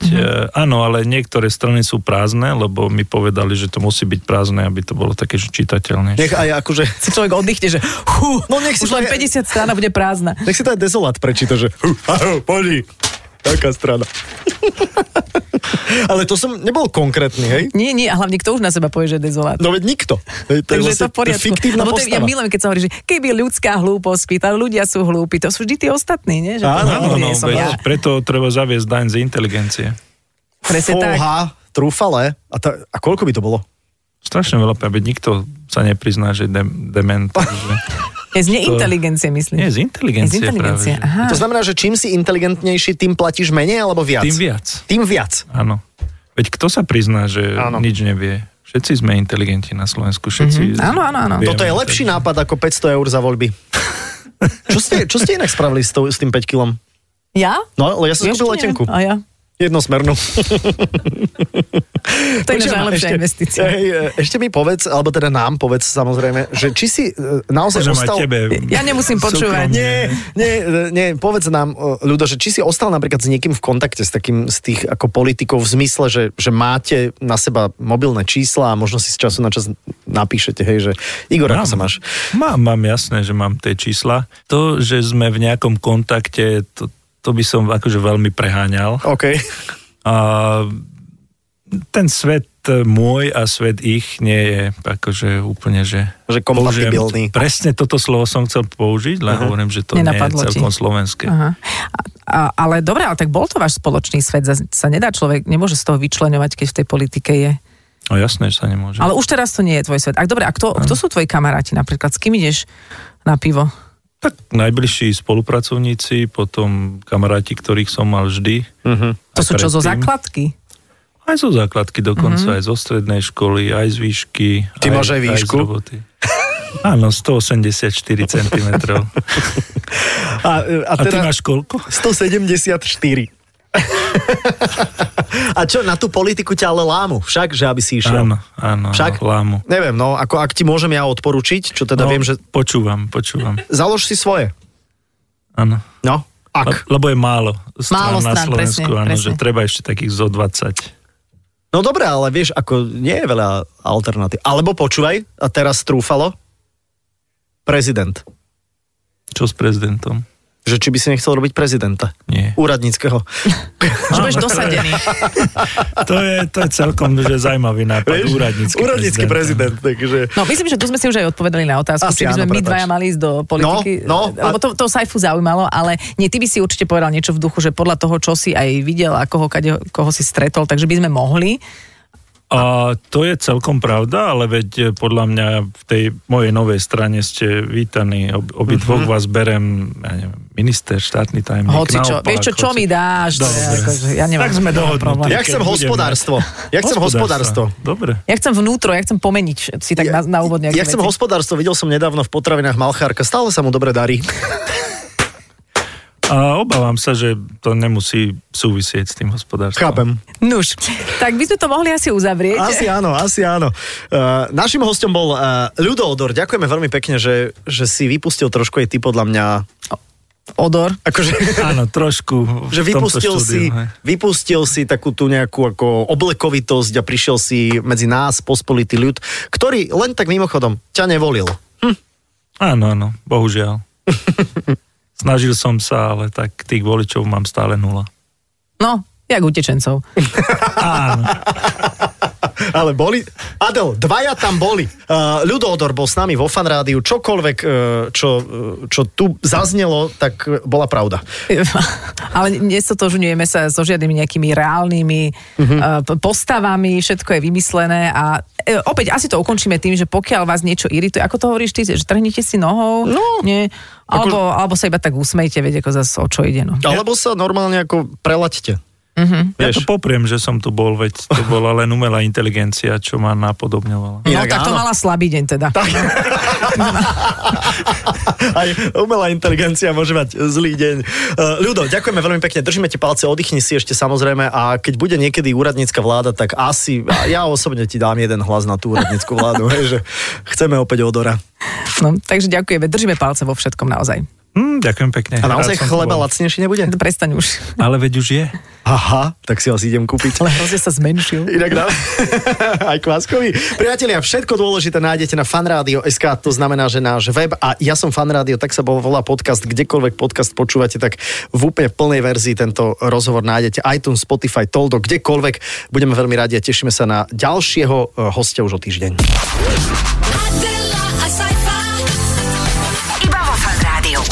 Speaker 5: e, Áno, ale niektoré strany sú prázdne, lebo mi povedali, že to musí byť prázdne, aby to bolo také že čitateľné.
Speaker 2: Nech aj akože...
Speaker 3: Si človek oddychne, že hú,
Speaker 2: No, nech si
Speaker 3: už
Speaker 2: to-
Speaker 3: len 50 strán a bude prázdna.
Speaker 2: Nech si to aj dezolát prečíta, že "Hu, ahoj, poď, taká strana. ale to som nebol konkrétny, hej?
Speaker 3: Nie, nie, a hlavne kto už na seba povie, že je dezolát.
Speaker 2: No veď nikto. Hej, to je
Speaker 3: Takže je
Speaker 2: vlastne
Speaker 3: to v poriadku.
Speaker 2: fiktívna
Speaker 3: Lebo to, je- ja
Speaker 2: postava.
Speaker 3: milujem, keď sa hovorí, že keby ľudská hlúposť kvita, ľudia sú hlúpi, to sú vždy tí ostatní, nie? Že to
Speaker 2: Áno,
Speaker 3: nikdy
Speaker 5: Áno,
Speaker 3: nie
Speaker 5: no,
Speaker 3: som
Speaker 5: veď
Speaker 3: ja.
Speaker 5: preto treba zaviesť daň z inteligencie.
Speaker 3: Presne tak.
Speaker 2: Fóha, trúfale. A, ta, a koľko by to bolo?
Speaker 5: Strašne veľa, aby nikto sa neprizná, že je dem, dement. Takže...
Speaker 3: Je z neinteligencie, myslím. Je
Speaker 5: Nie, z
Speaker 3: z
Speaker 5: inteligencie,
Speaker 3: inteligencie.
Speaker 5: práve. že.
Speaker 3: Aha.
Speaker 2: To znamená, že čím si inteligentnejší, tým platíš menej alebo viac?
Speaker 5: Tým viac.
Speaker 2: Tým viac.
Speaker 5: Áno. Veď kto sa prizná, že
Speaker 2: Áno.
Speaker 5: áno. nič nevie? Všetci sme inteligenti na Slovensku, všetci... Mm-hmm.
Speaker 3: Mhm. Áno, áno, áno.
Speaker 2: Toto je lepší nápad ako 500 eur za voľby. čo, ste, čo ste inak spravili s, tou, s tým 5 kilom?
Speaker 3: Ja?
Speaker 2: No, ale ja som
Speaker 3: Vieš,
Speaker 2: kúpil
Speaker 3: čo
Speaker 2: letenku.
Speaker 3: neviem. A ja.
Speaker 2: Jednosmernú.
Speaker 3: To je ináč
Speaker 2: Počujem,
Speaker 3: najlepšia
Speaker 2: ešte-
Speaker 3: investícia.
Speaker 2: Hej, e, ešte mi povedz, alebo teda nám povedz samozrejme, že či si e, naozaj
Speaker 5: Môžem aj
Speaker 2: ostal...
Speaker 5: tebe.
Speaker 3: Ja nemusím počúvať.
Speaker 5: Súkromne.
Speaker 2: Nie, nie, e, nie, povedz nám, e, Ľudo, že či si ostal napríklad s niekým v kontakte s takým z tých ako politikov v zmysle, že, že máte na seba mobilné čísla a možno si z času na čas napíšete, hej, že Igor, ako sa máš?
Speaker 5: Mám, mám jasné, že mám tie čísla. To, že sme v nejakom kontakte, to, to by som akože veľmi preháňal.
Speaker 2: OK.
Speaker 5: A ten svet e, môj a svet ich nie je akože úplne, že...
Speaker 2: Že kompatibilný. Mhm.
Speaker 5: Použijem- Presne toto slovo som chcel použiť, len uh-huh. hovorím, že to
Speaker 3: Nenapadlo
Speaker 5: nie je
Speaker 3: ti.
Speaker 5: celkom slovenské.
Speaker 3: Aha.
Speaker 5: Uh-huh.
Speaker 3: A, a, ale dobre, ale tak bol to váš spoločný svet, zas sa nedá človek, nemôže z toho vyčleňovať, keď v tej politike je.
Speaker 5: No jasné, že sa nemôže.
Speaker 3: Ale už teraz to nie je tvoj svet. A dobre, a kto, kto sú tvoji kamaráti napríklad? S kým ideš na pivo?
Speaker 5: Tak najbližší spolupracovníci, potom kamaráti, ktorých som mal vždy.
Speaker 2: Mhm.
Speaker 5: Uh-huh.
Speaker 3: To sú čo, zo Mhm. základky?
Speaker 5: Aj zo základky dokonca, aj zo strednej školy, aj z výšky.
Speaker 2: Ty máš aj výšku?
Speaker 5: Aj z roboty. Áno, 184 cm.
Speaker 2: A, e,
Speaker 5: A ty máš koľko?
Speaker 2: 174. a čo, na tú politiku ťa ale lámu, však, že aby si išiel.
Speaker 5: Áno, áno,
Speaker 2: Však?
Speaker 5: áno, lámu.
Speaker 2: Neviem, no, ako ak ti môžem ja odporučiť, čo teda no. viem, že
Speaker 5: Počúvam, počúvam.
Speaker 2: založ si svoje.
Speaker 5: Áno.
Speaker 2: No, ak.
Speaker 5: Le- Lebo je málo strán
Speaker 3: Málo
Speaker 5: na
Speaker 3: strán,
Speaker 5: Slovensku,
Speaker 3: presne,
Speaker 5: áno,
Speaker 3: presne.
Speaker 5: že treba ešte takých zo 20.
Speaker 2: No dobré, ale vieš, ako nie je veľa alternatív. Alebo počúvaj, a teraz trúfalo, prezident.
Speaker 5: Čo s prezidentom?
Speaker 2: Že či by si nechcel robiť prezidenta?
Speaker 5: Nie.
Speaker 2: Úradníckého.
Speaker 3: Že budeš dosadený.
Speaker 5: To je, to je celkom že zaujímavý nápad.
Speaker 2: Vieš?
Speaker 5: Úradnícky,
Speaker 2: Úradnícky prezident. takže...
Speaker 3: No, myslím, že tu sme si už aj odpovedali na otázku,
Speaker 2: Asi
Speaker 3: či by sme
Speaker 2: áno,
Speaker 3: my
Speaker 2: prepáč.
Speaker 3: dvaja mali ísť do politiky.
Speaker 2: No, no, a-
Speaker 3: lebo to, to Saifu zaujímalo, ale nie, ty by si určite povedal niečo v duchu, že podľa toho, čo si aj videl a koho, kade, koho si stretol, takže by sme mohli.
Speaker 5: A to je celkom pravda, ale veď eh, podľa mňa v tej mojej novej strane ste vítaní. Ob, obidvoch vás berem, ja neviem, minister, štátny tajemník.
Speaker 3: Hoci čo,
Speaker 5: naopak,
Speaker 3: vieš čo, čo
Speaker 5: hoci-
Speaker 3: mi dáš? To je
Speaker 5: Dobre.
Speaker 3: akože, ja nemám,
Speaker 5: tak sme
Speaker 3: nemám
Speaker 5: dohodnutí.
Speaker 3: problém.
Speaker 2: Ja chcem
Speaker 5: Keď budeme-
Speaker 2: hospodárstvo. Ja chcem hospodárstvo.
Speaker 5: Dobre.
Speaker 3: Ja chcem vnútro, ja chcem pomeniť si tak na, na úvod nejaké
Speaker 2: ja chcem
Speaker 3: veci.
Speaker 2: hospodárstvo, videl som nedávno v potravinách Malchárka, stále sa mu dobre darí.
Speaker 5: A obávam sa, že to nemusí súvisieť s tým hospodárstvom.
Speaker 2: Chápem.
Speaker 3: Nuž, tak by sme to mohli asi uzavrieť.
Speaker 2: Asi áno, asi áno. Uh, našim hostom bol uh, Ľudo Odor. Ďakujeme veľmi pekne, že, že si vypustil trošku aj ty podľa mňa.
Speaker 3: Odor.
Speaker 2: Akože,
Speaker 5: Áno, trošku. v
Speaker 2: že
Speaker 5: tomto
Speaker 2: vypustil si,
Speaker 5: štúdiu, hej.
Speaker 2: vypustil si takú tú nejakú ako oblekovitosť a prišiel si medzi nás, pospolitý ľud, ktorý len tak mimochodom ťa nevolil.
Speaker 5: Áno, áno, bohužiaľ. Snažil som sa, ale tak tých voličov mám stále nula.
Speaker 3: No, jak utečencov.
Speaker 2: Ale boli... Adel, dvaja tam boli. Uh, Ľudo Odor bol s nami vo fanrádiu. Čokoľvek, uh, čo, uh, čo tu zaznelo, tak uh, bola pravda.
Speaker 3: Ale nestotožňujeme sa so žiadnymi nejakými reálnymi uh, p- postavami, všetko je vymyslené a e, opäť asi to ukončíme tým, že pokiaľ vás niečo irituje, ako to hovoríš ty, že trhnite si nohou,
Speaker 2: No.
Speaker 3: nie, alebo, alebo sa iba tak usmejte, veď ako zase o čo ide. No.
Speaker 2: Alebo sa normálne ako prelaďte.
Speaker 5: Ja
Speaker 2: Vieš?
Speaker 5: to popriem, že som tu bol, veď to bola len umelá inteligencia, čo ma
Speaker 3: No,
Speaker 5: napodobňovala.
Speaker 2: Inak
Speaker 3: tak to
Speaker 2: áno.
Speaker 3: mala slabý deň teda. Tak.
Speaker 2: Aj umelá inteligencia môže mať zlý deň. Eh, Ľudo, ďakujeme veľmi pekne, držíme ti palce, oddychni si ešte samozrejme a keď bude niekedy úradnícka vláda, tak asi, a ja osobne ti dám jeden hlas na tú úradnícku vládu, hej, že chceme opäť odora.
Speaker 3: No, takže ďakujeme, držíme palce vo všetkom naozaj.
Speaker 5: Hm, ďakujem pekne.
Speaker 2: A naozaj
Speaker 5: Rád som tu
Speaker 2: chleba
Speaker 5: bol.
Speaker 2: lacnejší nebude?
Speaker 3: Prestaň už.
Speaker 5: Ale veď už je.
Speaker 2: Aha, tak si ho asi idem kúpiť.
Speaker 3: Ale hrozne sa zmenšil.
Speaker 2: Inak na... aj Kváskovi. Priatelia, všetko dôležité nájdete na fanradio.sk, to znamená, že náš web a ja som fanrádio, tak sa volá podcast, kdekoľvek podcast počúvate, tak v úplne plnej verzii tento rozhovor nájdete iTunes, Spotify, Toldo, kdekoľvek. Budeme veľmi radi a tešíme sa na ďalšieho eh, hostia už o týždeň.
Speaker 4: Adela, a sci-fi.
Speaker 1: Iba vo Fan Rádiu.